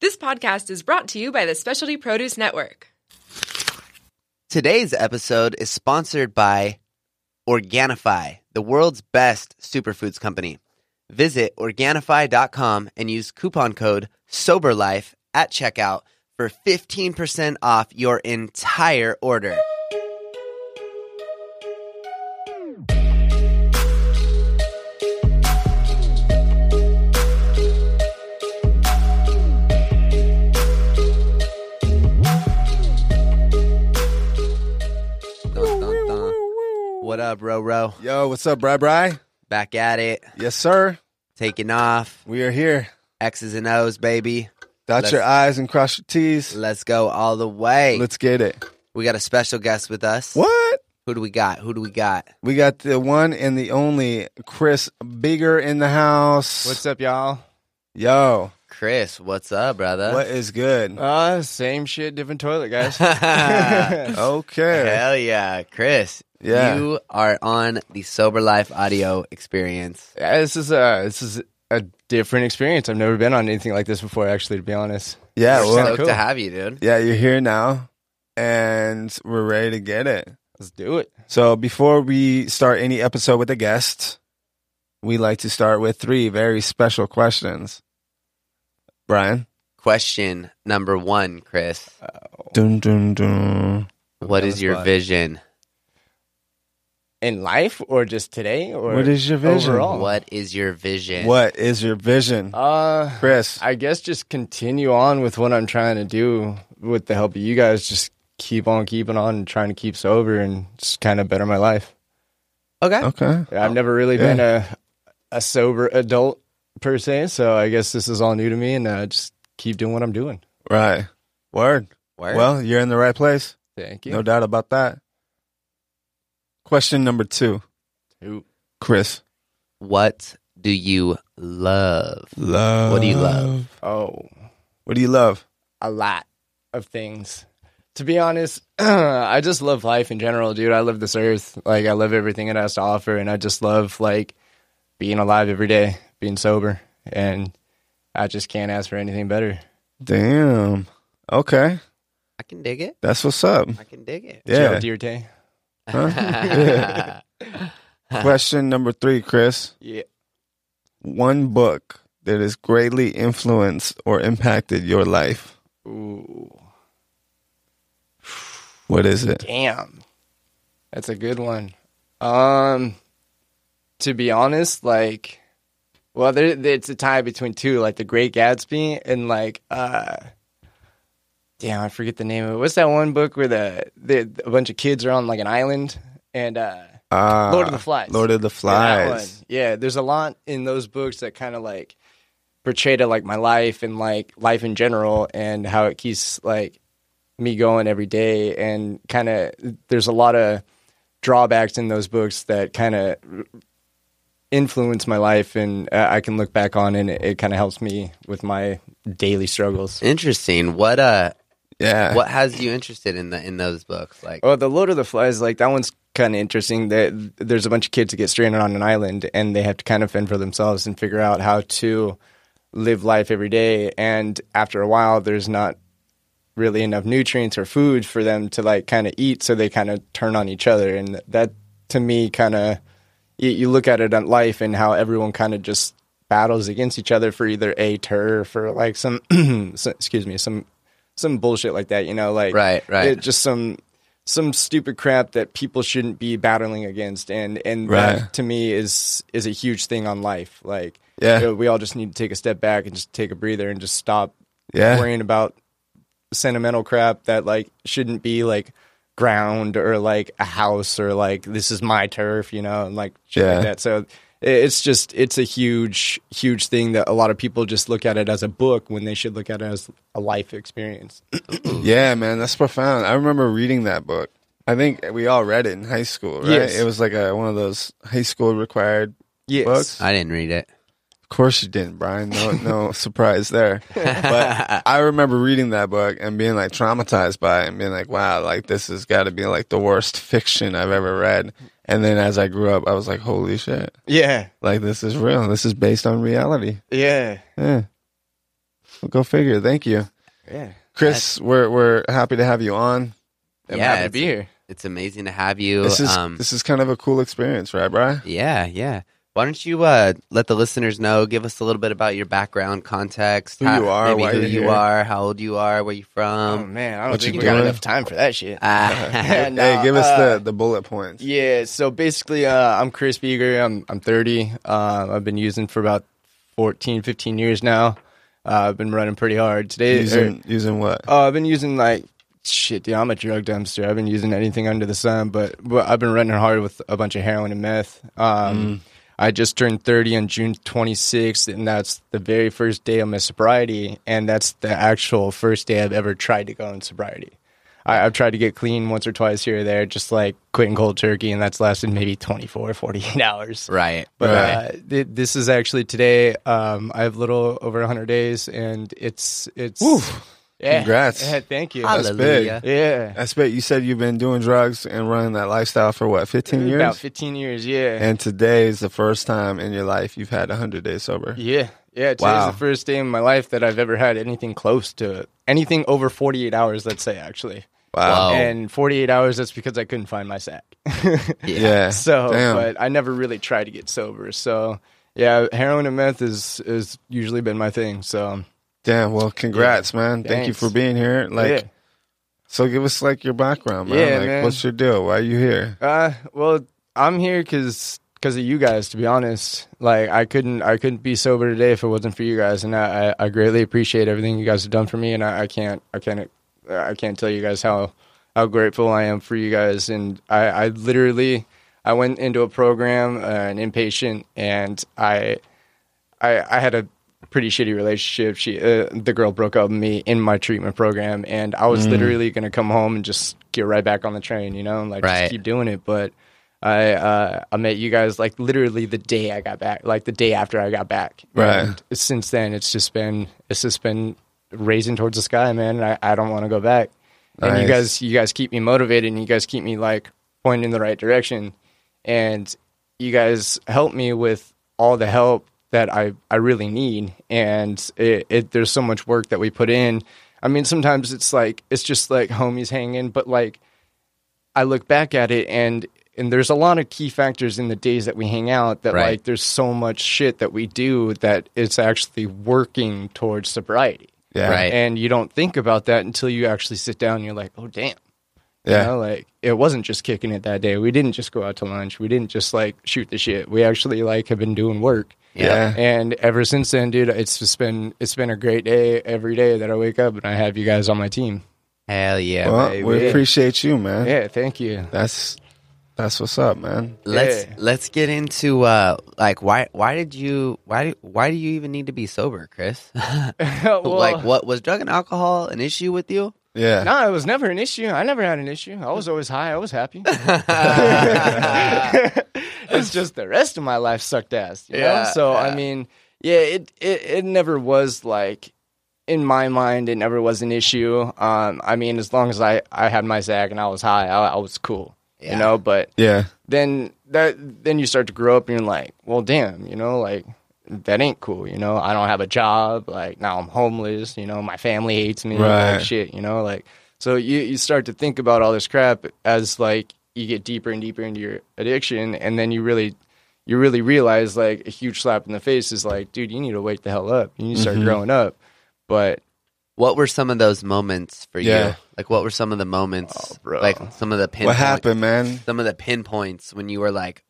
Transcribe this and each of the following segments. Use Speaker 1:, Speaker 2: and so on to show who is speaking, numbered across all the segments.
Speaker 1: This podcast is brought to you by the Specialty Produce Network.
Speaker 2: Today's episode is sponsored by Organifi, the world's best superfoods company. Visit Organifi.com and use coupon code SOBERLIFE at checkout for 15% off your entire order. Dun, dun, dun. What up, Ro Ro?
Speaker 3: Yo, what's up, Bri Bri?
Speaker 2: Back at it,
Speaker 3: Yes, sir.
Speaker 2: taking off,
Speaker 3: We are here.
Speaker 2: X's and O's, baby.
Speaker 3: Dot
Speaker 2: Let's-
Speaker 3: your I's and cross your T's.
Speaker 2: Let's go all the way.
Speaker 3: Let's get it.
Speaker 2: We got a special guest with us.
Speaker 3: What?
Speaker 2: Who do we got? Who do we got?
Speaker 3: We got the one and the only Chris Bigger in the house.
Speaker 4: What's up, y'all?
Speaker 3: Yo,
Speaker 2: Chris, what's up, brother?
Speaker 3: what is good?
Speaker 4: Uh, same shit, different toilet, guys.
Speaker 3: Okay.
Speaker 2: Hell yeah, Chris.
Speaker 3: Yeah.
Speaker 2: You are on the Sober Life audio experience.
Speaker 4: Yeah, this is a this is a different experience. I've never been on anything like this before, actually. To be honest,
Speaker 3: Yeah,
Speaker 2: We're
Speaker 3: well,
Speaker 2: stoked
Speaker 4: cool.
Speaker 2: to have you, dude.
Speaker 3: yeah, you're here now, and we're ready to get it.
Speaker 4: let's do it.
Speaker 3: So before we start any episode with a guest, we like to start with three very special questions. Brian,
Speaker 2: Question number one, Chris.
Speaker 3: dun dun dun.
Speaker 2: what
Speaker 3: on
Speaker 2: is
Speaker 3: the
Speaker 2: your
Speaker 3: spot.
Speaker 2: vision?
Speaker 4: In life, or just today, or
Speaker 3: What is your vision?
Speaker 4: overall?
Speaker 2: What is your vision?
Speaker 3: What is your vision,
Speaker 4: Uh,
Speaker 3: Chris?
Speaker 4: I guess just continue on with what I'm trying to do with the help of you guys. Just keep on keeping on, and trying to keep sober, and just kind of better my life.
Speaker 2: Okay.
Speaker 3: Okay.
Speaker 4: I've never really been a a sober adult per se, so I guess this is all new to me, and uh, just keep doing what I'm doing.
Speaker 3: Right. Word.
Speaker 2: Word.
Speaker 3: Well, you're in the right place.
Speaker 4: Thank you.
Speaker 3: No doubt about that. Question number two,
Speaker 4: Ooh.
Speaker 3: Chris.
Speaker 2: What do you love?
Speaker 3: Love.
Speaker 2: What do you love?
Speaker 4: Oh,
Speaker 3: What do you love?
Speaker 4: a lot of things. To be honest, I just love life in general, dude. I love this earth. Like I love everything it has to offer and I just love like being alive every day, being sober and I just can't ask for anything better.
Speaker 3: Damn. Okay.
Speaker 2: I can dig it.
Speaker 3: That's what's up.
Speaker 2: I can dig it.
Speaker 3: Yeah.
Speaker 4: Joe Dierte.
Speaker 3: Huh? Question number three, Chris.
Speaker 4: Yeah.
Speaker 3: One book that has greatly influenced or impacted your life.
Speaker 4: Ooh.
Speaker 3: What is it?
Speaker 4: Damn. That's a good one. Um to be honest, like well there there- it's a tie between two, like the Great Gatsby and like uh Damn, I forget the name of it. What's that one book where the, the a bunch of kids are on like an island and uh
Speaker 3: Ah,
Speaker 4: Lord of the Flies.
Speaker 3: Lord of the
Speaker 4: yeah, that
Speaker 3: Flies.
Speaker 4: one. Yeah, there's a lot in those books that kind of like portray to like my life and like life in general and how it keeps like me going every day and kind of there's a lot of drawbacks in those books that kind of influence my life and uh, I can look back on and it, it kind of helps me with my daily struggles.
Speaker 2: Interesting. What uh
Speaker 3: Yeah.
Speaker 2: what has you interested in the in those books? Like
Speaker 4: Oh, the Lord of the Flies, like that one's kind of interesting. That there's a bunch of kids that get stranded on an island, and they have to kind of fend for themselves and figure out how to live life every day. And after a while, there's not really enough nutrients or food for them to like kind of eat, so they kind of turn on each other. And that, to me, kind of you, you look at it on life and how everyone kind of just battles against each other for either a turf or like some, so- excuse me, some some bullshit like that. You know, like
Speaker 2: Right, right.
Speaker 4: it- just some some stupid crap that people shouldn't be battling against and and
Speaker 3: Right.
Speaker 4: that to me is is a huge thing on life like
Speaker 3: Yeah.
Speaker 4: you know, we all just need to take a step back and just take a breather and just stop
Speaker 3: Yeah.
Speaker 4: worrying about sentimental crap that like shouldn't be like ground or like a house or like this is my turf, you know, and like shit
Speaker 3: Yeah.
Speaker 4: like that. So i- it's just it's a huge huge thing that a lot of people just look at it as a book when they should look at it as a life experience.
Speaker 3: Yeah, man, that's profound. I remember reading that book. I think we all read it in high school, right?
Speaker 4: Yes.
Speaker 3: It was like a one of those high school required.
Speaker 4: Yes.
Speaker 3: Books?
Speaker 2: I didn't read it.
Speaker 3: Of course you didn't, Brian. No, no surprise there. But I remember reading that book and being like traumatized by it and being like, "Wow, like this has got to be like the worst fiction I've ever read." And then as I grew up, I was like, "Holy shit!
Speaker 4: Yeah.
Speaker 3: Like this is real. This is based on reality."
Speaker 4: Yeah.
Speaker 3: Yeah. Go figure. Thank you,
Speaker 4: Yeah.
Speaker 3: Chris. We're we're happy to have you on.
Speaker 4: I'm
Speaker 2: Yeah,
Speaker 4: happy to
Speaker 2: it's-
Speaker 4: be here.
Speaker 2: It's amazing to have you.
Speaker 3: This is
Speaker 2: um,
Speaker 3: this is kind of a cool experience, right, Brian?
Speaker 2: yeah, yeah. Why don't you uh, let the listeners know? Give us a little bit about your background, context,
Speaker 3: Who you are,
Speaker 2: maybe
Speaker 3: why
Speaker 2: who
Speaker 3: you're
Speaker 2: you
Speaker 3: here.
Speaker 2: are, how old you are, where you
Speaker 4: Oh
Speaker 2: from.
Speaker 4: man, I don't
Speaker 3: what you
Speaker 4: think we got
Speaker 3: doing?
Speaker 4: enough time for that shit.
Speaker 2: Ah,
Speaker 4: Yeah,
Speaker 3: hey,
Speaker 4: no,
Speaker 3: give us
Speaker 4: uh,
Speaker 3: the, the bullet points.
Speaker 4: Yeah, so basically, uh, I'm Chris Beager. I'm I'm 30. Uh, I've been using for about 14, 15 years now. Uh, I've been running pretty hard today. er, or-
Speaker 3: Using using what?
Speaker 4: Oh, I've been using like shit, dude. I'm a drug dumpster. I've been using anything under the sun, but, but I've been running hard with a bunch of heroin and meth. Um, I just turned 30 on June 26th, and that's the very first day of my sobriety, and that's the actual first day I've ever tried to go in sobriety. I, I've tried to get clean once or twice here or there, just like quitting cold turkey, and that's lasted maybe 24, 48 hours.
Speaker 2: right.
Speaker 4: But
Speaker 3: Right.
Speaker 4: uh, th- this is actually today. Um, I have a little over 100 days, and it's it's. Yeah.
Speaker 3: Congrats.
Speaker 4: Yeah, thank you.
Speaker 3: That's big.
Speaker 2: Hallelujah.
Speaker 4: yeah.
Speaker 3: I bet you said you've been doing drugs and running that lifestyle for what, 15 years?
Speaker 4: About 15 years. Yeah.
Speaker 3: And today is the first time in your life you've had 100 days sober.
Speaker 4: yeah. Yeah. Today's
Speaker 3: Wow.
Speaker 4: the first day in my life that I've ever had anything close to anything over 48 hours, let's say, actually.
Speaker 2: Wow. Oh.
Speaker 4: And 48 hours, that's because I couldn't find my sack.
Speaker 2: Yeah.
Speaker 3: Yeah.
Speaker 4: so,
Speaker 3: Damn.
Speaker 4: but I never really tried to get sober. So, yeah, heroin and meth is, is usually been my thing. So,
Speaker 3: Damn. Well, congrats, man. Thank you
Speaker 4: Thanks.
Speaker 3: for being here. Like,
Speaker 4: yeah.
Speaker 3: so give us like your background, man.
Speaker 4: Yeah,
Speaker 3: like,
Speaker 4: man.
Speaker 3: what's your deal? Why are you here?
Speaker 4: Uh, well, I'm here because of you guys. To be honest, like I couldn't I couldn't be sober today if it wasn't for you guys, and I, I, I greatly appreciate everything you guys have done for me, and I, I can't I can't I can't tell you guys how how grateful I am for you guys, and I I literally I went into a program uh, an inpatient, and I I, I had a pretty shitty relationship. She, uh, the girl broke up with me in my treatment program, and I was literally going to come home and just get right back on the train, you know, and like
Speaker 2: Right.
Speaker 4: just keep doing it. But I, uh, I met you guys like literally the day I got back, like the day after I got back.
Speaker 3: Right.
Speaker 4: And since then, it's just been, it's just been raising towards the sky, man. And I, I don't want to go back. And you
Speaker 3: Nice.
Speaker 4: guys, you guys keep me motivated, and you guys keep me like pointing in the right direction and you guys help me with all the help that I, I really need. And it, it, there's so much work that we put in. I mean, sometimes it's like, it's just like homies hanging, but like I look back at it and, and there's a lot of key factors in the days that we hang out that
Speaker 2: Right.
Speaker 4: like there's so much shit that we do that it's actually working towards sobriety.
Speaker 3: Yeah.
Speaker 2: Right.
Speaker 4: And you don't think about that until you actually sit down and you're like, oh, damn.
Speaker 3: Yeah.
Speaker 4: You know, like it wasn't just kicking it that day. We didn't just go out to lunch. We didn't just like shoot the shit. We actually like have been doing work.
Speaker 3: Yeah.
Speaker 4: And ever since then, dude, it's just been it's been a great day every day that I wake up and I have you guys on my team.
Speaker 2: Hell yeah.
Speaker 3: Well,
Speaker 4: baby.
Speaker 3: we appreciate you, man.
Speaker 4: Yeah, thank you.
Speaker 3: That's that's what's up, man.
Speaker 2: Let's
Speaker 4: Yeah.
Speaker 2: let's get into uh like why why did you why do- why do you even need to be sober, Chris?
Speaker 4: well,
Speaker 2: like what was drug and alcohol an issue with you?
Speaker 3: Yeah.
Speaker 4: No, it was never an issue. I never had an issue. I was always high. I was happy. it's just the rest of my life sucked ass. You know?
Speaker 2: Yeah,
Speaker 4: so
Speaker 2: yeah.
Speaker 4: I mean, yeah, it, it it never was like in my mind, it never was an issue. Um, I mean, as long as I I had my zag and I was high, I, I was cool.
Speaker 2: Yeah.
Speaker 4: You know, but
Speaker 3: Yeah.
Speaker 4: then that then you start to grow up and you're like, well, damn, you know, like that ain't cool. You know, I don't have a job. Like now I'm homeless. You know, my family hates me.
Speaker 3: Right.
Speaker 4: Like, shit. You know, like so you you start to think about all this crap as like you get deeper and deeper into your addiction, and then you really you really realize like a huge slap in the face is like, dude, you need to wake the hell up. You need to start growing up. But
Speaker 2: What were some of those moments for you?
Speaker 3: Yeah.
Speaker 2: Like what were some of the moments
Speaker 4: Oh, bro.
Speaker 2: like some of the pinpoints
Speaker 3: What happened, man?
Speaker 2: some of the pinpoints when you were like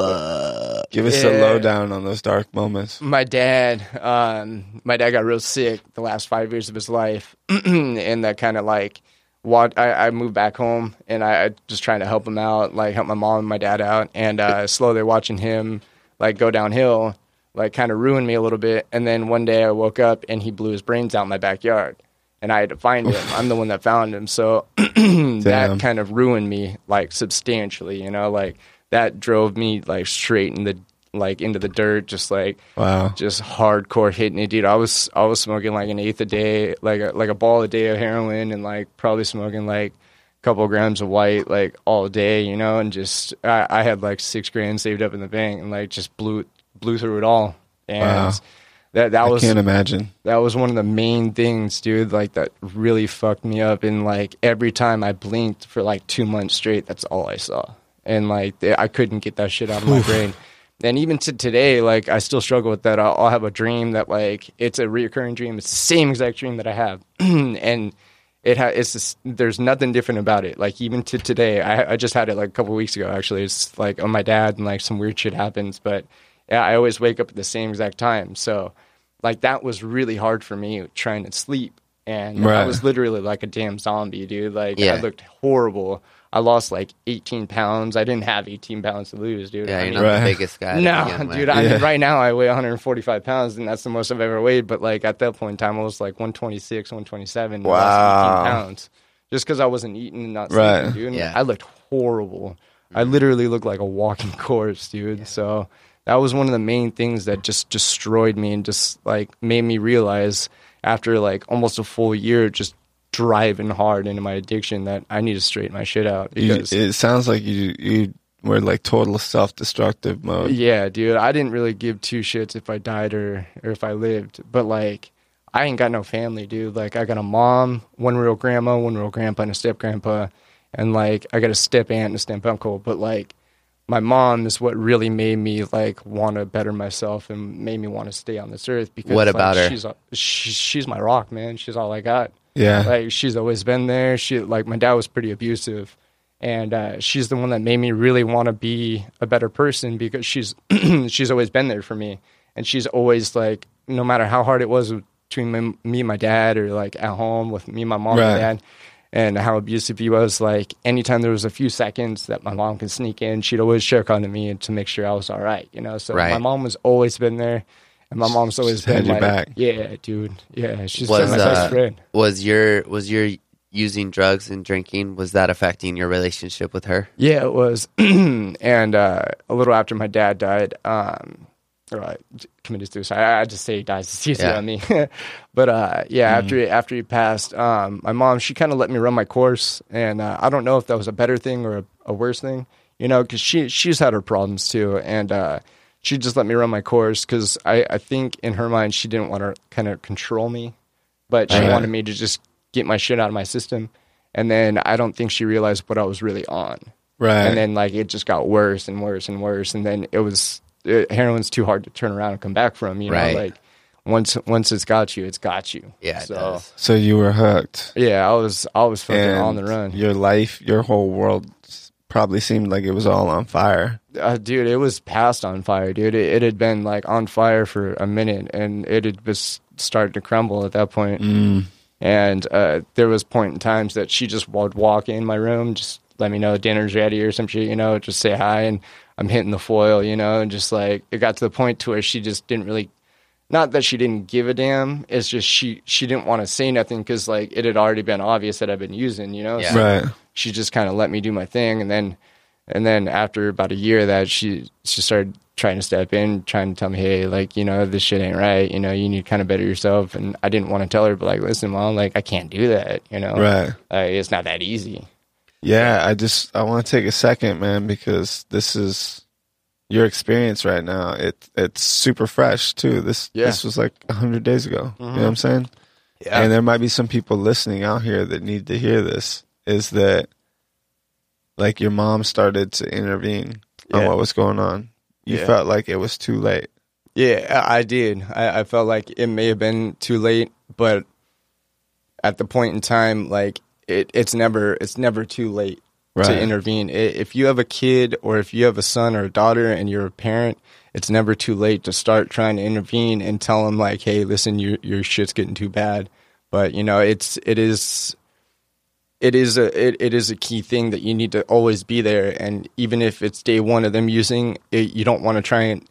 Speaker 2: fuck.
Speaker 3: Give us a
Speaker 4: Yeah.
Speaker 3: lowdown on those dark moments.
Speaker 4: my dad um my dad got real sick the last five years of his life and that kind of like what I, I moved back home and I, I just trying to help him out like help my mom and my dad out and uh slowly watching him like go downhill like kind of ruined me a little bit and then one day i woke up and he blew his brains out in my backyard and i had to find him i'm the one that found him so
Speaker 3: Damn.
Speaker 4: that kind of ruined me like substantially you know like that drove me like straight in the like into the dirt just like
Speaker 3: Wow.
Speaker 4: just hardcore hitting it, dude. I was I was smoking like an eighth a day, like a, like a ball a day of heroin, and like probably smoking like a couple grams of white like all day, you know. And just I, I had like six grand saved up in the bank, and like just blew blew through it all, and
Speaker 3: Wow.
Speaker 4: that that
Speaker 3: I
Speaker 4: was
Speaker 3: can't imagine.
Speaker 4: that was one of the main things, dude. Like that really fucked me up. And like every time I blinked for like two months straight, that's all I saw. And like th- I couldn't get that shit out of my brain. And even to today, like I still struggle with that. I'll, I'll have a dream that like it's a reoccurring dream. It's the same exact dream that I have, and it ha- it's just, there's nothing different about it. Like even to today, I, I just had it like a couple weeks ago. Actually, it's like on my dad and like some weird shit happens, but yeah, I always wake up at the same exact time. So like that was really hard for me trying to sleep and i
Speaker 3: Right.
Speaker 4: was literally like a damn zombie dude like
Speaker 2: Yeah.
Speaker 4: i looked horrible i lost like 18 pounds i didn't have 18 pounds to lose dude
Speaker 2: Yeah,
Speaker 4: I
Speaker 2: you're
Speaker 4: mean,
Speaker 2: not the
Speaker 3: Right.
Speaker 2: biggest guy. to
Speaker 4: no
Speaker 2: begin with.
Speaker 4: dude i
Speaker 3: Yeah.
Speaker 4: mean right now i weigh 145 pounds and that's the most i've ever weighed but like at that point in time i was like 126 127 and I lost
Speaker 3: Wow.
Speaker 4: 18 pounds just because i wasn't eating and not sleeping
Speaker 3: Right.
Speaker 4: dude
Speaker 2: Yeah. Mm-hmm.
Speaker 4: i looked horrible i literally looked like a walking corpse dude so that was one of the main things that just destroyed me and just like made me realize after like almost a full year just driving hard into my addiction that i need to straighten my shit out
Speaker 3: You,
Speaker 4: because
Speaker 3: it sounds like you you were like total self destructive mode.
Speaker 4: Yeah, dude. I didn't really give two shits if I died or or if I lived. But like, I ain't got no family, dude. Like, I got a mom, one real grandma, one real grandpa, and a step grandpa, and like, I got a step aunt and a step uncle. But like, my mom is what really made me like want to better myself and made me want to stay on this earth. Because
Speaker 2: What
Speaker 4: like,
Speaker 2: about her?
Speaker 4: She's a- she, she's my rock, man. She's all I got
Speaker 3: Yeah.
Speaker 4: like she's always been there she like my dad was pretty abusive and uh, she's the one that made me really want to be a better person because she's she's always been there for me and she's always like no matter how hard it was between me, me and my dad or like at home with me and my mom
Speaker 3: Right.
Speaker 4: and dad and how abusive he was like anytime there was a few seconds that my mom could sneak in she'd always check on me to make sure i was all right you know so
Speaker 2: Right.
Speaker 4: my mom was always been there and my mom's always
Speaker 3: She's
Speaker 4: been
Speaker 3: had your
Speaker 4: like
Speaker 3: back.
Speaker 4: yeah dude yeah she's been
Speaker 2: Was,
Speaker 4: my
Speaker 2: uh,
Speaker 4: best friend
Speaker 2: Was your was your using drugs and drinking was that affecting your relationship with her?
Speaker 4: Yeah, it was. and uh, a little after my dad died, um, or uh, committed suicide. I, I just say he dies. It's easy
Speaker 2: Yeah.
Speaker 4: on me. but uh, yeah, after after he passed, um, my mom she kind of let me run my course, and uh, I don't know if that was a better thing or a, a worse thing, you know, because she she's had her problems too, and uh, she just let me run my course because I I think in her mind she didn't want to kind of control me but she
Speaker 3: Right.
Speaker 4: wanted me to just get my shit out of my system. And then I don't think she realized what I was really on.
Speaker 3: Right.
Speaker 4: And then like it just got worse and worse and worse. And then it was it, heroin's too hard to turn around and come back from. You know,
Speaker 2: Right.
Speaker 4: like once once it's got you, it's got you.
Speaker 2: Yeah, it
Speaker 4: So
Speaker 2: does.
Speaker 3: so you were hooked.
Speaker 4: yeah, I was I was fucking
Speaker 3: and
Speaker 4: on the run.
Speaker 3: Your life, your whole world s- probably seemed like it was all on fire.
Speaker 4: uh, dude, it was past on fire, dude. It, it had been like on fire for a minute, and it had just started to crumble at that point. Mm. And uh, there was point in times that she just would walk in my room, just let me know dinner's ready or some shit, you know, just say hi, and I'm hitting the foil, you know, and just like it got to the point to where she just didn't really. Not that she didn't give a damn. It's just she she didn't want to say nothing because like it had already been obvious that I've been using, you know.
Speaker 2: Yeah.
Speaker 4: So
Speaker 3: Right.
Speaker 4: she just kind of let me do my thing and then and then after about a year of that she she started trying to step in trying to tell me hey like you know this shit ain't right you know you need to kind of better yourself and i didn't want to tell her but like listen mom like i can't do that you know
Speaker 3: Right.
Speaker 4: like, it's not that easy
Speaker 3: Yeah, I just I want to take a second, man, because this is your experience right now. It it's super fresh too. This
Speaker 4: Yeah. Mm-hmm.
Speaker 3: this was like hundred days ago. You know what I'm saying? And there might be some people listening out here that need to hear this. Is that like your mom started to intervene on
Speaker 4: Yeah.
Speaker 3: what was going on? You
Speaker 4: Yeah.
Speaker 3: felt like it was too late.
Speaker 4: Yeah, I I did. I, I felt like it may have been too late, but at the point in time, like it, it's never it's never too late
Speaker 3: Right.
Speaker 4: to intervene. I if you have a kid or if you have a son or a daughter and you're a parent, it's never too late to start trying to intervene and tell them like, hey, listen, your your shit's getting too bad. But you know, it's it is it is a it, it is a key thing that you need to always be there and even if it's day one of them using it you don't want to try and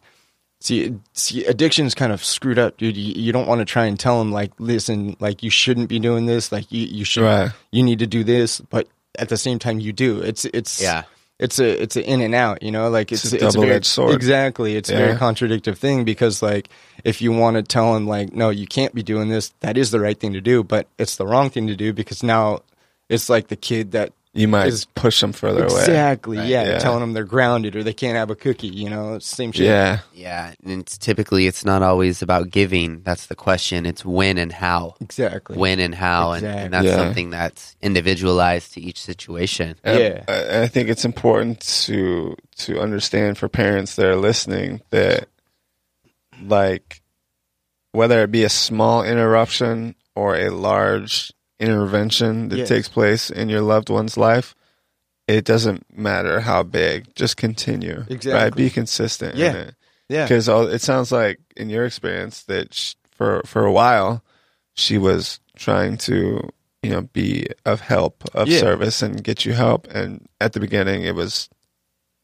Speaker 4: see see addiction's kind of screwed up dude you, you don't want to try and tell them like listen like you shouldn't be doing this like you you should
Speaker 3: Right.
Speaker 4: you need to do this but at the same time you do it's it's
Speaker 2: Yeah.
Speaker 4: it's a it's an in and out you know like it's
Speaker 3: It's
Speaker 4: it's
Speaker 3: a
Speaker 4: a, very-
Speaker 3: double-edged sword.
Speaker 4: exactly it's a
Speaker 3: Yeah.
Speaker 4: very contradictive thing because like if you want to tell them like no you can't be doing this that is the right thing to do but it's the wrong thing to do because now it's like the kid that
Speaker 3: you might
Speaker 4: Is-
Speaker 3: push them further away.
Speaker 4: Exactly.
Speaker 2: Right.
Speaker 4: Yeah,
Speaker 3: Yeah.
Speaker 4: telling them they're grounded or they can't have a cookie. You know, same shit.
Speaker 3: Yeah.
Speaker 2: Yeah, and it's typically it's not always about giving. That's the question. It's when and how.
Speaker 4: Exactly.
Speaker 2: When and how, and, and that's
Speaker 3: Exactly. Yeah.
Speaker 2: something that's individualized to each situation.
Speaker 3: And
Speaker 4: Yeah.
Speaker 3: I, I think it's important to to understand for parents that are listening that like whether it be a small interruption or a large intervention that
Speaker 4: Yes.
Speaker 3: takes place in your loved one's life, it doesn't matter how big. Just continue. Right?
Speaker 4: Exactly.
Speaker 3: Be consistent.
Speaker 4: Yeah. Yeah.
Speaker 3: Because uh, it sounds like in your experience that sh for for a while she was trying to you know be of help of
Speaker 4: Yeah.
Speaker 3: service and get you help and at the beginning it was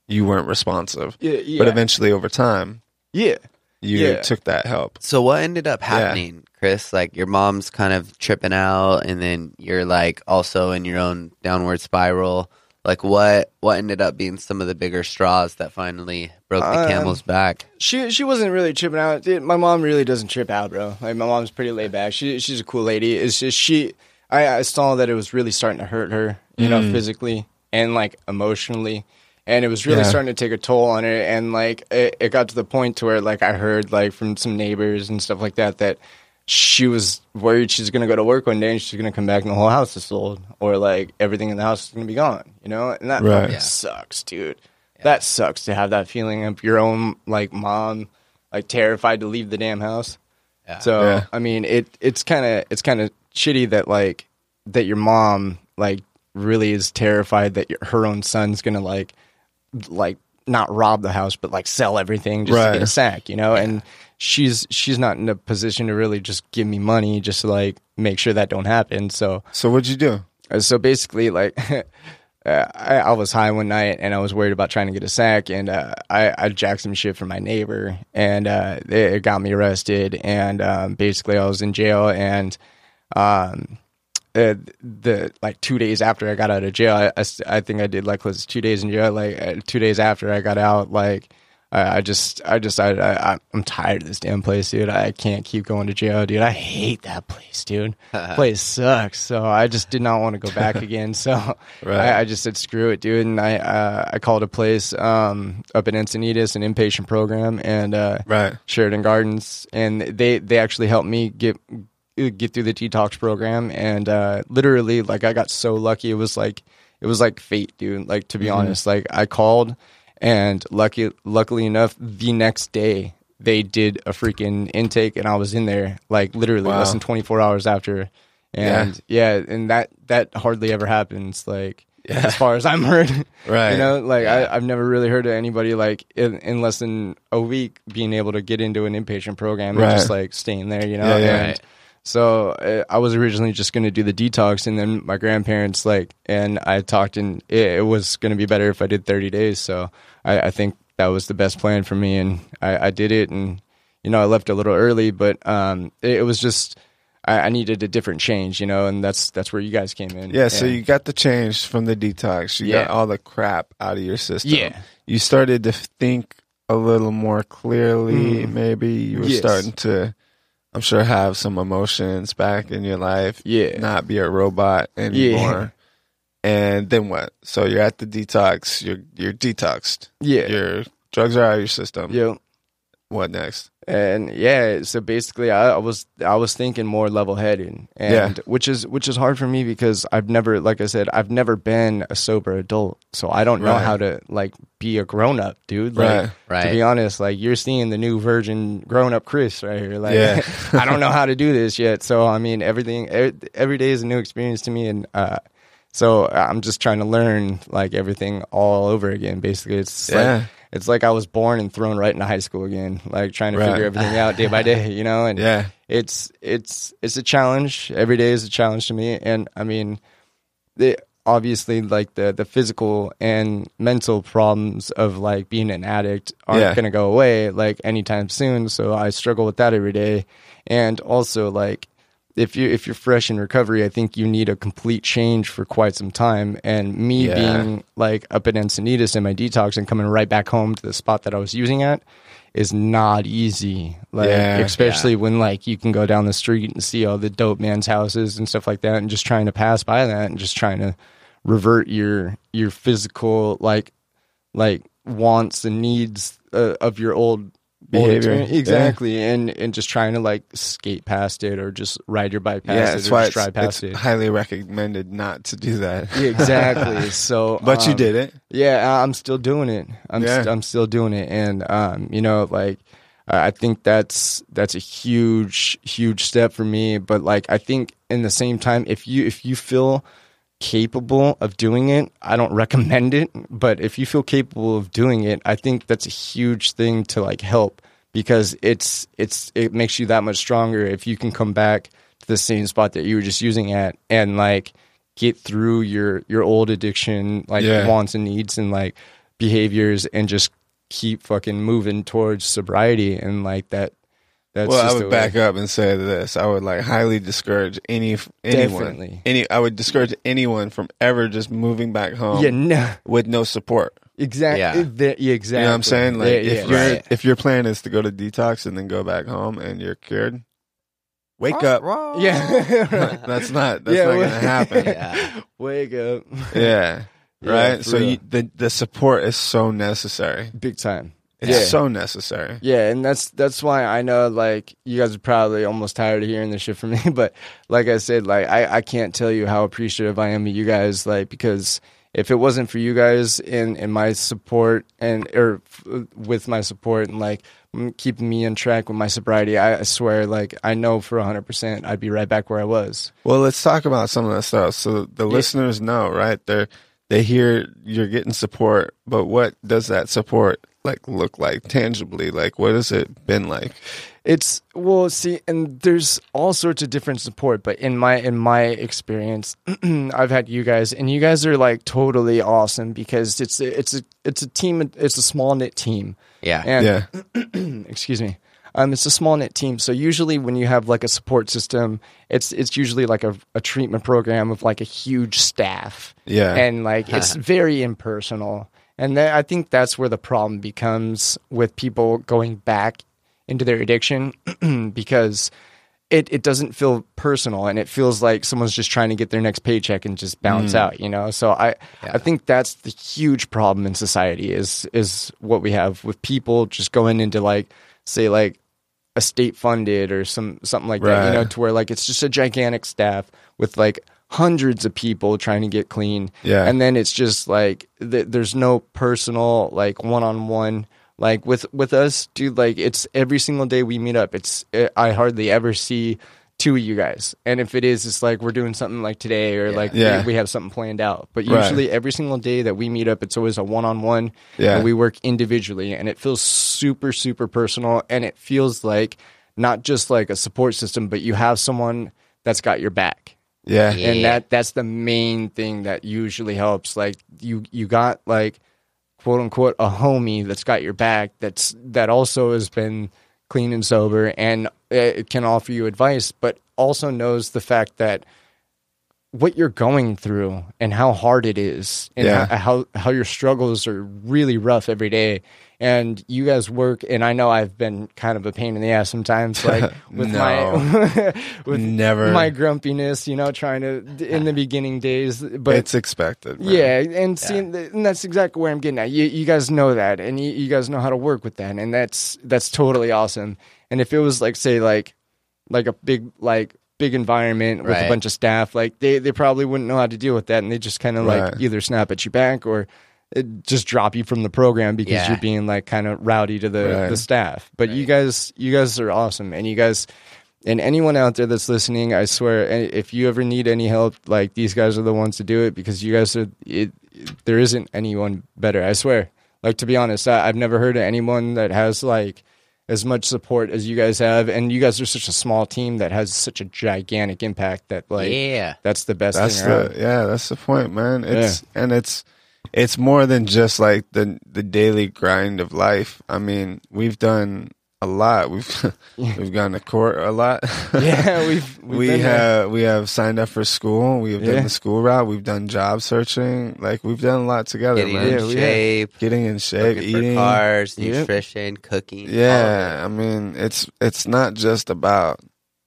Speaker 3: you weren't responsive
Speaker 4: Yeah. Yeah.
Speaker 3: but eventually over time
Speaker 4: yeah.
Speaker 3: you
Speaker 4: Yeah.
Speaker 3: took that help
Speaker 2: So what ended up happening, Chris? Like your mom's kind of tripping out, and then you're like also in your own downward spiral. Like what? What ended up being some of the bigger straws that finally broke the
Speaker 4: Um,
Speaker 2: camel's back?
Speaker 4: She she wasn't really tripping out. Dude, my mom really doesn't trip out, bro. Like my mom's pretty laid back. She she's a cool lady. It's just she I, I saw that it was really starting to hurt her, you know, physically and like emotionally. And it was really
Speaker 3: Yeah.
Speaker 4: starting to take a toll on her and like it, it got to the point to where like I heard like from some neighbors and stuff like that that she was worried she's gonna go to work one day and she's gonna come back and the whole house is sold or like everything in the house is gonna be gone, you know? And that
Speaker 3: Right.
Speaker 4: fucking
Speaker 3: Yeah.
Speaker 4: sucks, dude. That sucks to have that feeling of your own like mom like terrified to leave the damn house.
Speaker 2: Yeah.
Speaker 4: So
Speaker 3: Yeah.
Speaker 4: I mean it it's kinda it's kinda shitty that like that your mom like really is terrified that your, her own son's gonna like like not rob the house but like sell everything just to
Speaker 3: Right.
Speaker 4: get a sack, you know? And she's she's not in a position to really just give me money just to like make sure that don't happen. So
Speaker 3: so what'd you do
Speaker 4: uh, So basically, like, uh, I, I was high one night and I was worried about trying to get a sack, and uh, I, I jacked some shit from my neighbor, and uh, it it got me arrested, and um, basically I was in jail, and um, uh, the like two days after I got out of jail, I, I s- I think I did like close to two days in jail. Like uh, two days after I got out, like I, I just I decided I, I, I'm tired of this damn place, dude. I can't keep going to jail, dude. I hate that place, dude. place sucks. So I just did not want to go back again. So
Speaker 3: Right.
Speaker 4: I, I just said screw it, dude. And I uh, I called a place um, up in Encinitas, an inpatient program, and uh,
Speaker 3: right
Speaker 4: Sheridan Gardens, and they they actually helped me get get through the detox program. And uh, literally, like I got so lucky. It was like it was like fate, dude. Like to be
Speaker 3: Mm-hmm.
Speaker 4: honest, like I called, and lucky luckily enough, the next day they did a freaking intake, and I was in there like literally
Speaker 3: Wow.
Speaker 4: less than twenty four hours after. And yeah. and that that hardly ever happens. Like as far as I'm heard.
Speaker 3: Right.
Speaker 4: You know, like I, I've never really heard of anybody like in, in less than a week being able to get into an inpatient program
Speaker 3: Right.
Speaker 4: and just like staying there. You know,
Speaker 3: Yeah, yeah.
Speaker 4: And so uh, I was originally just going to do the detox, and then my grandparents like, and I talked, and it, it was going to be better if I did 30 days. So I, I think that was the best plan for me, and I, I did it, and you know, I left a little early, but um, it, it was just. I I needed a different change, you know, and that's that's where you guys came in.
Speaker 3: Yeah, so
Speaker 4: And-
Speaker 3: you got the change from the detox. You got
Speaker 4: Yeah.
Speaker 3: all the crap out of your system.
Speaker 4: Yeah.
Speaker 3: You started to think a little more clearly, maybe. You were
Speaker 4: Mm. Yes.
Speaker 3: starting to, I'm sure, have some emotions back in your life.
Speaker 4: Yeah.
Speaker 3: Not be a robot anymore. And then what? So you're at the detox. You're you're detoxed.
Speaker 4: yeah,
Speaker 3: Your drugs are out of your system.
Speaker 4: yeah.
Speaker 3: What next?
Speaker 4: and yeah so basically I, I was i was thinking more level-headed and
Speaker 3: Yeah.
Speaker 4: which is which is hard for me because i've never like i said i've never been a sober adult so i don't know
Speaker 3: Right.
Speaker 4: how to like be a grown-up dude like
Speaker 3: Right.
Speaker 2: Right.
Speaker 4: to be honest like you're seeing the new virgin grown-up chris right here like
Speaker 3: Yeah.
Speaker 4: i don't know how to do this yet so i mean everything every, every day is a new experience to me and uh so i'm just trying to learn like everything all over again basically it's like-
Speaker 3: Yeah.
Speaker 4: it's like I was born and thrown right into high school again, like trying to
Speaker 3: Right.
Speaker 4: figure everything out day by day, you know. And
Speaker 3: Yeah.
Speaker 4: it's it's it's a challenge. Every day is a challenge to me, and I mean, the obviously like the the physical and mental problems of like being an addict aren't
Speaker 3: Yeah.
Speaker 4: going to go away like anytime soon. So I struggle with that every day, and also like. If you if you're fresh in recovery, I think you need a complete change for quite some time. And me
Speaker 3: Yeah.
Speaker 4: being like up at Encinitas in my detox and coming right back home to the spot that I was using at is not easy. Like
Speaker 3: Yeah.
Speaker 4: especially when like you can go down the street and see all the dope man's houses and stuff like that and just trying to pass by that and just trying to revert your your physical like like wants and needs uh, of your old old
Speaker 3: Behavior.
Speaker 4: experience.
Speaker 3: Yeah.
Speaker 4: exactly and and just trying to like skate past it or just ride your bike past
Speaker 3: yeah,
Speaker 4: it
Speaker 3: that's
Speaker 4: or
Speaker 3: why
Speaker 4: just
Speaker 3: it's,
Speaker 4: drive past
Speaker 3: it's
Speaker 4: it
Speaker 3: highly recommended not to do that.
Speaker 4: Yeah, exactly so
Speaker 3: but you
Speaker 4: um,
Speaker 3: did it.
Speaker 4: yeah, I- I'm still doing it. I'm
Speaker 3: Yeah.
Speaker 4: st- I'm still doing it, and um, you know, like I I think that's that's a huge huge step for me. But like I think in the same time, if you if you feel capable of doing it, I don't recommend it. But if you feel capable of doing it, I think that's a huge thing to like help because it's it's it makes you that much stronger if you can come back to the same spot that you were just using at and like get through your your old addiction like
Speaker 3: Yeah.
Speaker 4: wants and needs and like behaviors and just keep fucking moving towards sobriety and like that that's
Speaker 3: Well,
Speaker 4: just
Speaker 3: I
Speaker 4: the
Speaker 3: would
Speaker 4: way-
Speaker 3: back up and say this: I would like highly discourage any f- anyone,
Speaker 4: Definitely.
Speaker 3: any. I would discourage anyone from ever just moving back home
Speaker 4: yeah no
Speaker 3: with no support.
Speaker 4: exactly
Speaker 2: Yeah.
Speaker 4: yeah exactly
Speaker 3: You know what I'm saying? Like,
Speaker 4: Yeah, yeah,
Speaker 3: if your
Speaker 4: right.
Speaker 3: if your plan is to go to detox and then go back home and you're cured, wake up.
Speaker 4: yeah right.
Speaker 3: that's not that's
Speaker 4: Yeah,
Speaker 3: not
Speaker 4: well-
Speaker 3: gonna happen.
Speaker 2: Yeah.
Speaker 4: wake up
Speaker 3: yeah,
Speaker 4: Yeah,
Speaker 3: right.
Speaker 4: for
Speaker 3: so you,
Speaker 4: real.
Speaker 3: the the support is so necessary.
Speaker 4: big time
Speaker 3: It's
Speaker 4: Yeah.
Speaker 3: so necessary.
Speaker 4: Yeah, and that's that's why I know like you guys are probably almost tired of hearing this shit from me, but like I said, like I, I can't tell you how appreciative I am of you guys, like because if it wasn't for you guys and and my support and or f- with my support and like m- keeping me in track with my sobriety, I, I swear, like I know for hundred percent I'd be right back where I was.
Speaker 3: Well, let's talk about some of that stuff. So the listeners know, right? They're they hear you're getting support, but what does that support like look like tangibly? Like what has it been like?
Speaker 4: It's well, see, and there's all sorts of different support, but in my in my experience, I've had you guys, and you guys are like totally awesome because it's a- it's a it's a team, it's a small knit team,
Speaker 2: Yeah.
Speaker 4: and
Speaker 3: yeah.
Speaker 4: excuse me. Um, it's a small knit team, so usually when you have like a support system, it's it's usually like a, a treatment program of like a huge staff,
Speaker 3: Yeah.
Speaker 4: and like it's very impersonal. And that, I think that's where the problem becomes with people going back into their addiction because it, it doesn't feel personal and it feels like someone's just trying to get their next paycheck and just bounce out, you know? So I, I think that's the huge problem in society is, is what we have with people just going into like, say like a state funded or some, something like that, you
Speaker 3: Right.
Speaker 4: know, to where like, it's just a gigantic staff with like hundreds of people trying to get clean.
Speaker 3: Yeah.
Speaker 4: And then it's just like th- there's no personal like one-on-one like with with us dude like it's every single day we meet up it's uh i hardly ever see two of you guys and if it is it's like we're doing something like today or like
Speaker 3: Yeah.
Speaker 4: We, we have something planned out but
Speaker 3: Right.
Speaker 4: usually every single day that we meet up it's always a one-on-one
Speaker 3: Yeah.
Speaker 4: and we work individually and it feels super super personal and it feels like not just like a support system but you have someone that's got your back
Speaker 3: Yeah.
Speaker 2: Yeah.
Speaker 4: and that that's the main thing that usually helps like you you got like quote unquote a homie that's got your back that's that also has been clean and sober and it can offer you advice but also knows the fact that what you're going through and how hard it is and
Speaker 3: Yeah.
Speaker 4: how, how how your struggles are really rough every day and you guys work and I know I've been kind of a pain in the ass sometimes like with my with
Speaker 3: Never.
Speaker 4: my grumpiness, you know, trying to d- in the beginning days. But
Speaker 3: it's expected. man.
Speaker 4: yeah, and seeing, th- and that's exactly where I'm getting at. You, you guys know that, and you, you guys know how to work with that, and that's that's totally awesome. And if it was like say like like a big like big environment with
Speaker 2: Right.
Speaker 4: a bunch of staff, like they they probably wouldn't know how to deal with that, and they just kind of
Speaker 3: Right.
Speaker 4: like either snap at you back or. uh, Just drop you from the program because
Speaker 2: Yeah.
Speaker 4: you're being like kind of rowdy to the
Speaker 3: Right.
Speaker 4: the staff. But you guys, you guys are awesome, and you guys, and anyone out there that's listening, I swear, a- if you ever need any help, like these guys are the ones to do it because you guys are. It, there isn't anyone better. I swear. Like to be honest, I, I've never heard of anyone that has like as much support as you guys have, and you guys are such a small team that has such a gigantic impact. That like,
Speaker 2: yeah.
Speaker 4: that's the best
Speaker 3: That's
Speaker 4: thing. around.
Speaker 3: the yeah, that's the point, man. It's and it's it's more than just like the the daily grind of life. I mean, we've done a lot. We've we've gone to court a lot.
Speaker 4: yeah, we've, we've
Speaker 3: we
Speaker 4: been there.
Speaker 3: have we have signed up for school. We've
Speaker 4: Yeah.
Speaker 3: done the school route. We've done job searching. Like we've done a lot together,
Speaker 2: Getting
Speaker 3: man.
Speaker 4: Yeah,
Speaker 2: in
Speaker 4: we have-
Speaker 2: shape,
Speaker 3: Getting in shape,
Speaker 2: looking for
Speaker 3: eating.
Speaker 2: cars,
Speaker 4: Yep.
Speaker 2: nutrition, cooking. all of
Speaker 3: Yeah, I mean, it's it's not just about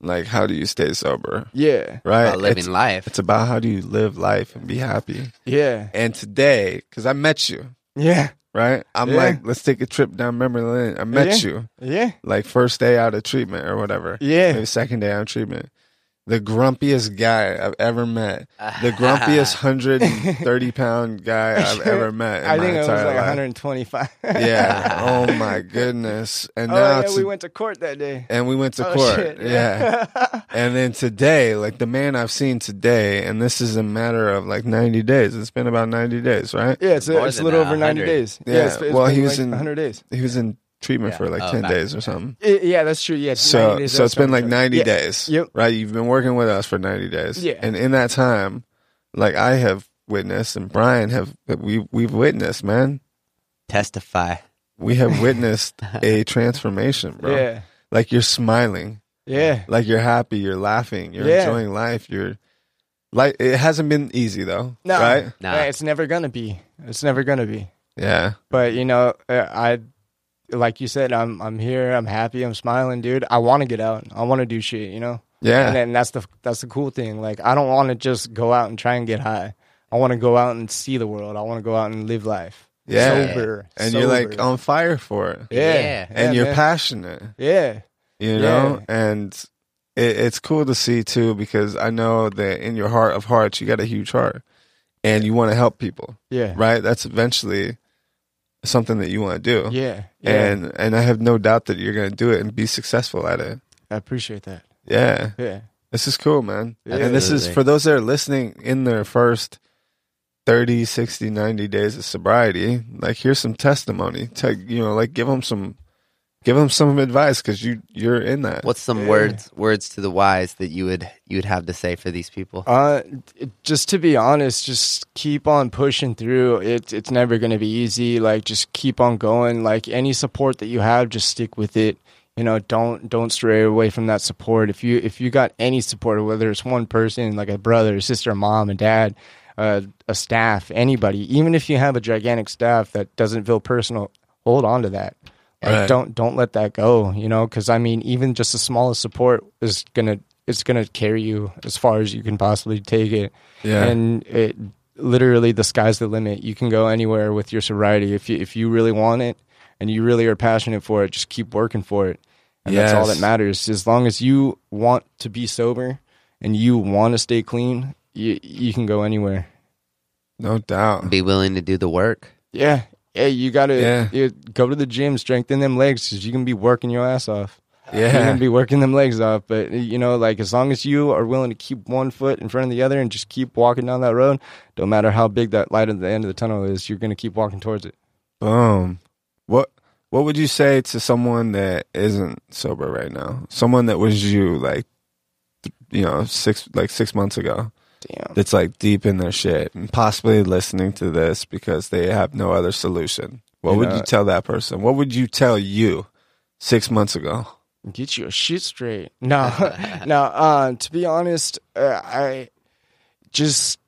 Speaker 3: like how do you stay sober?
Speaker 4: Yeah.
Speaker 3: Right?
Speaker 2: About living
Speaker 3: it's,
Speaker 2: life.
Speaker 3: it's about how do you live life and be happy.
Speaker 4: Yeah.
Speaker 3: And today, because I met you,
Speaker 4: Yeah.
Speaker 3: right? I'm
Speaker 4: Yeah.
Speaker 3: like, let's take a trip down memory lane. I met
Speaker 4: Yeah.
Speaker 3: you
Speaker 4: Yeah.
Speaker 3: like first day out of treatment or whatever.
Speaker 4: Yeah.
Speaker 3: Maybe second day out of treatment. The grumpiest guy I've ever met. The grumpiest 130 pound guy I've ever met. In
Speaker 4: I
Speaker 3: my
Speaker 4: think it was
Speaker 3: entire
Speaker 4: like
Speaker 3: life.
Speaker 4: 125.
Speaker 3: Yeah. oh my goodness. And
Speaker 4: oh,
Speaker 3: now
Speaker 4: yeah,
Speaker 3: to-
Speaker 4: we went to court that day.
Speaker 3: and we went to
Speaker 4: Oh,
Speaker 3: court.
Speaker 4: shit.
Speaker 3: Yeah. and then today, like the man I've seen today, and this is a matter of like 90 days. It's been about 90 days, right?
Speaker 4: yeah, it's,
Speaker 2: More
Speaker 4: it's a
Speaker 2: than
Speaker 4: little over 90
Speaker 2: 100.
Speaker 4: days.
Speaker 3: Yeah,
Speaker 4: it's, it's
Speaker 3: well,
Speaker 4: been
Speaker 3: he was
Speaker 4: like
Speaker 3: in-
Speaker 4: 100 days.
Speaker 3: He was in treatment for like
Speaker 2: Oh,
Speaker 3: 10
Speaker 2: back-
Speaker 3: days or something.
Speaker 4: I- yeah, that's true. Yeah.
Speaker 3: So,
Speaker 4: 90 days,
Speaker 3: so
Speaker 4: that's
Speaker 3: it's been
Speaker 4: what
Speaker 3: like
Speaker 4: I'm
Speaker 3: 90
Speaker 4: Yeah.
Speaker 3: days.
Speaker 4: Yep.
Speaker 3: Right? You've been working with us for 90 days.
Speaker 4: Yeah.
Speaker 3: And in that time, like I have witnessed and Brian have, we, we've witnessed, man.
Speaker 2: Testify.
Speaker 3: We have witnessed a transformation, bro.
Speaker 4: Yeah.
Speaker 3: Like you're smiling.
Speaker 4: Yeah.
Speaker 3: Like you're happy, you're laughing, you're
Speaker 4: Yeah.
Speaker 3: enjoying life. You're like it hasn't been easy though,
Speaker 4: No.
Speaker 3: right?
Speaker 2: Nah.
Speaker 4: Yeah, It's never going to be. It's never going to be.
Speaker 3: Yeah,
Speaker 4: But, you know, uh, I. Like you said, I'm I'm here. I'm happy. I'm smiling, dude. I want to get out. I want to do shit, you know.
Speaker 3: yeah,
Speaker 4: And then that's the that's the cool thing. Like I don't want to just go out and try and get high. I want to go out and see the world. I want to go out and live life.
Speaker 3: Yeah.
Speaker 4: Sober.
Speaker 3: and you're like
Speaker 4: sober.
Speaker 3: on fire for it,
Speaker 4: yeah.
Speaker 2: Yeah.
Speaker 3: and
Speaker 4: yeah,
Speaker 3: you're
Speaker 4: man.
Speaker 3: passionate,
Speaker 4: Yeah.
Speaker 3: you know. And it, it's cool to see too because I know that in your heart of hearts, you got a huge heart, and you want to help people,
Speaker 4: Yeah.
Speaker 3: right? That's eventually something that you want to do,
Speaker 4: Yeah. Yeah.
Speaker 3: and and I have no doubt that you're going to do it and be successful at it.
Speaker 4: I appreciate that.
Speaker 3: Yeah,
Speaker 4: Yeah.
Speaker 3: This is cool, man.
Speaker 4: Yeah.
Speaker 3: And this is
Speaker 2: Absolutely.
Speaker 3: for those that are listening in their first 30, 60, 90 days of sobriety. Like, here's some testimony. To, you know, like give them some, give them some advice because you you're in that.
Speaker 2: What's some
Speaker 4: Yeah.
Speaker 2: words words to the wise that you would you would have to say for these people?
Speaker 4: Uh, it- just to be honest, just keep on pushing through. It, it's never going to be easy. Like, just keep on going. Like any support that you have, just stick with it. You know, don't don't stray away from that support. If you if you got any support, whether it's one person, like a brother, a sister, a mom, a dad, uh, a staff, anybody, even if you have a gigantic staff that doesn't feel personal, hold on to that. Like,
Speaker 3: Right.
Speaker 4: Don't don't let that go. You know, because I mean, even just the smallest support is gonna it's gonna carry you as far as you can possibly take it.
Speaker 3: Yeah.
Speaker 4: and it literally the sky's the limit. You can go anywhere with your sobriety if you if you really want it and you really are passionate for it. Just keep working for it, and that's all
Speaker 3: Yes.
Speaker 4: that matters. As long as you want to be sober and you want to stay clean, you you can go anywhere.
Speaker 3: no doubt.
Speaker 2: Be willing to do the work.
Speaker 4: Yeah. Hey, you gotta
Speaker 3: Yeah.
Speaker 4: you go to the gym, strengthen them legs, 'cause you can be working your ass off. You're
Speaker 3: Yeah.
Speaker 4: gonna be working them legs off, but you know, like as long as you are willing to keep one foot in front of the other and just keep walking down that road, don't matter how big that light at the end of the tunnel is, you're gonna keep walking towards it.
Speaker 3: Boom. Um, What What would you say to someone that isn't sober right now? Someone that was you, like th- you know, six like six months ago.
Speaker 4: Damn.
Speaker 3: that's like deep in their shit and possibly listening to this because they have no other solution. What
Speaker 4: You
Speaker 3: would
Speaker 4: know-
Speaker 3: you tell that person? What would you tell you six months ago?
Speaker 4: Get your shit straight. No, no. Uh, to be honest, uh, I just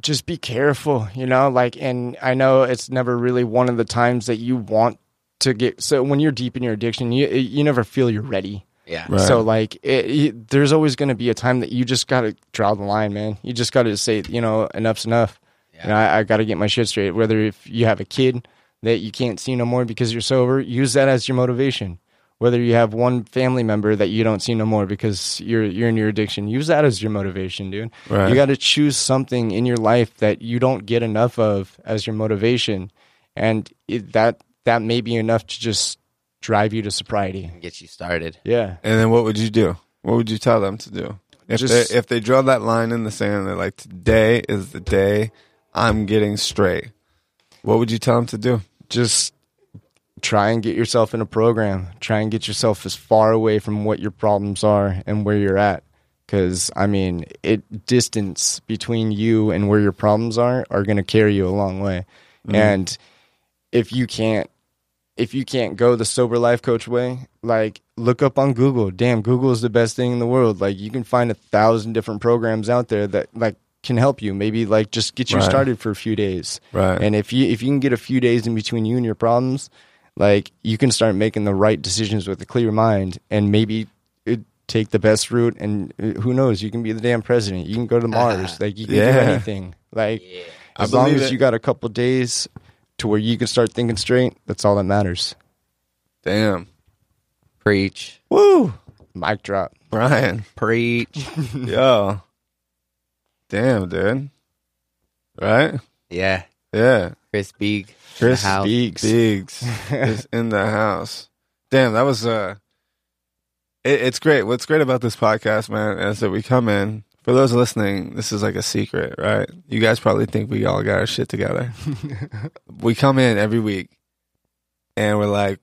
Speaker 4: just be careful. You know, like, and I know it's never really one of the times that you want to get. So when you're deep in your addiction, you you never feel you're ready.
Speaker 2: Yeah.
Speaker 3: Right.
Speaker 4: So like, it, it, there's always going to be a time that you just got to draw the line, man. You just got to say, you know, enough's enough. And I, I got to get my shit straight. Whether if you have a kid that you can't see no more because you're sober, use that as your motivation. Whether you have one family member that you don't see no more because you're you're in your addiction, use that as your motivation, dude.
Speaker 3: Right.
Speaker 4: You got to choose something in your life that you don't get enough of as your motivation, and it, that that may be enough to just drive you to sobriety.
Speaker 2: Get you started.
Speaker 4: Yeah.
Speaker 3: And then what would you do? What would you tell them to do? If
Speaker 4: Just-
Speaker 3: they if they draw that line in the sand, they're like, Today is the day I'm getting straight. What would you tell them to do?
Speaker 4: just try and get yourself in a program. Try and get yourself as far away from what your problems are and where you're at. Because, I mean, it distance between you and where your problems are are going to carry you a long way. And if you can't, if you can't go the sober life coach way, like look up on Google. Damn, Google is the best thing in the world. Like you can find a thousand different programs out there that like can help you. Maybe like just get you
Speaker 3: Right.
Speaker 4: started for a few days.
Speaker 3: Right.
Speaker 4: And if you if you can get a few days in between you and your problems, like you can start making the right decisions with a clear mind, and maybe it, take the best route, and uh, who knows? You can be the damn president. You can go to Mars. Like you can do
Speaker 3: Yeah.
Speaker 4: anything. Like
Speaker 3: I
Speaker 4: as long
Speaker 3: believe
Speaker 4: as
Speaker 3: it.
Speaker 4: you got a couple days to where you can start thinking straight, that's all that matters.
Speaker 3: Damn.
Speaker 2: Preach.
Speaker 3: Woo.
Speaker 4: Mic drop.
Speaker 3: Brian.
Speaker 2: Preach.
Speaker 3: Yo. Damn, dude. Right?
Speaker 2: yeah.
Speaker 3: Yeah.
Speaker 2: Chris Beeg.
Speaker 3: Chris
Speaker 2: How-
Speaker 4: Speaks.
Speaker 3: Biggs is in the house. Damn, that was uh it, it's great. What's great about this podcast, man, is that we come in for those listening, this is like a secret, right? You guys probably think we all got our shit together. we come in every week and we're like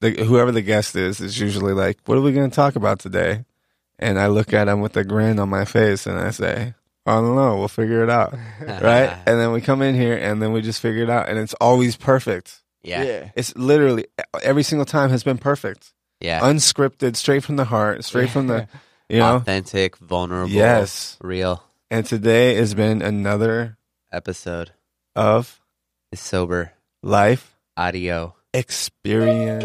Speaker 3: the, whoever the guest is is usually like, What are we gonna talk about today? And I look at him with a grin on my face and I say, I don't know, we'll figure it out. Right? and then we come in here and then we just figure it out and it's always perfect.
Speaker 2: yeah. Yeah.
Speaker 3: It's literally every single time has been perfect, unscripted, straight from the heart, straight from the, Oh, you know.
Speaker 2: Authentic, vulnerable.
Speaker 3: Yes.
Speaker 2: Real
Speaker 3: And today has been another
Speaker 2: episode.
Speaker 3: of
Speaker 2: Is sober
Speaker 3: life
Speaker 2: audio.
Speaker 3: experience.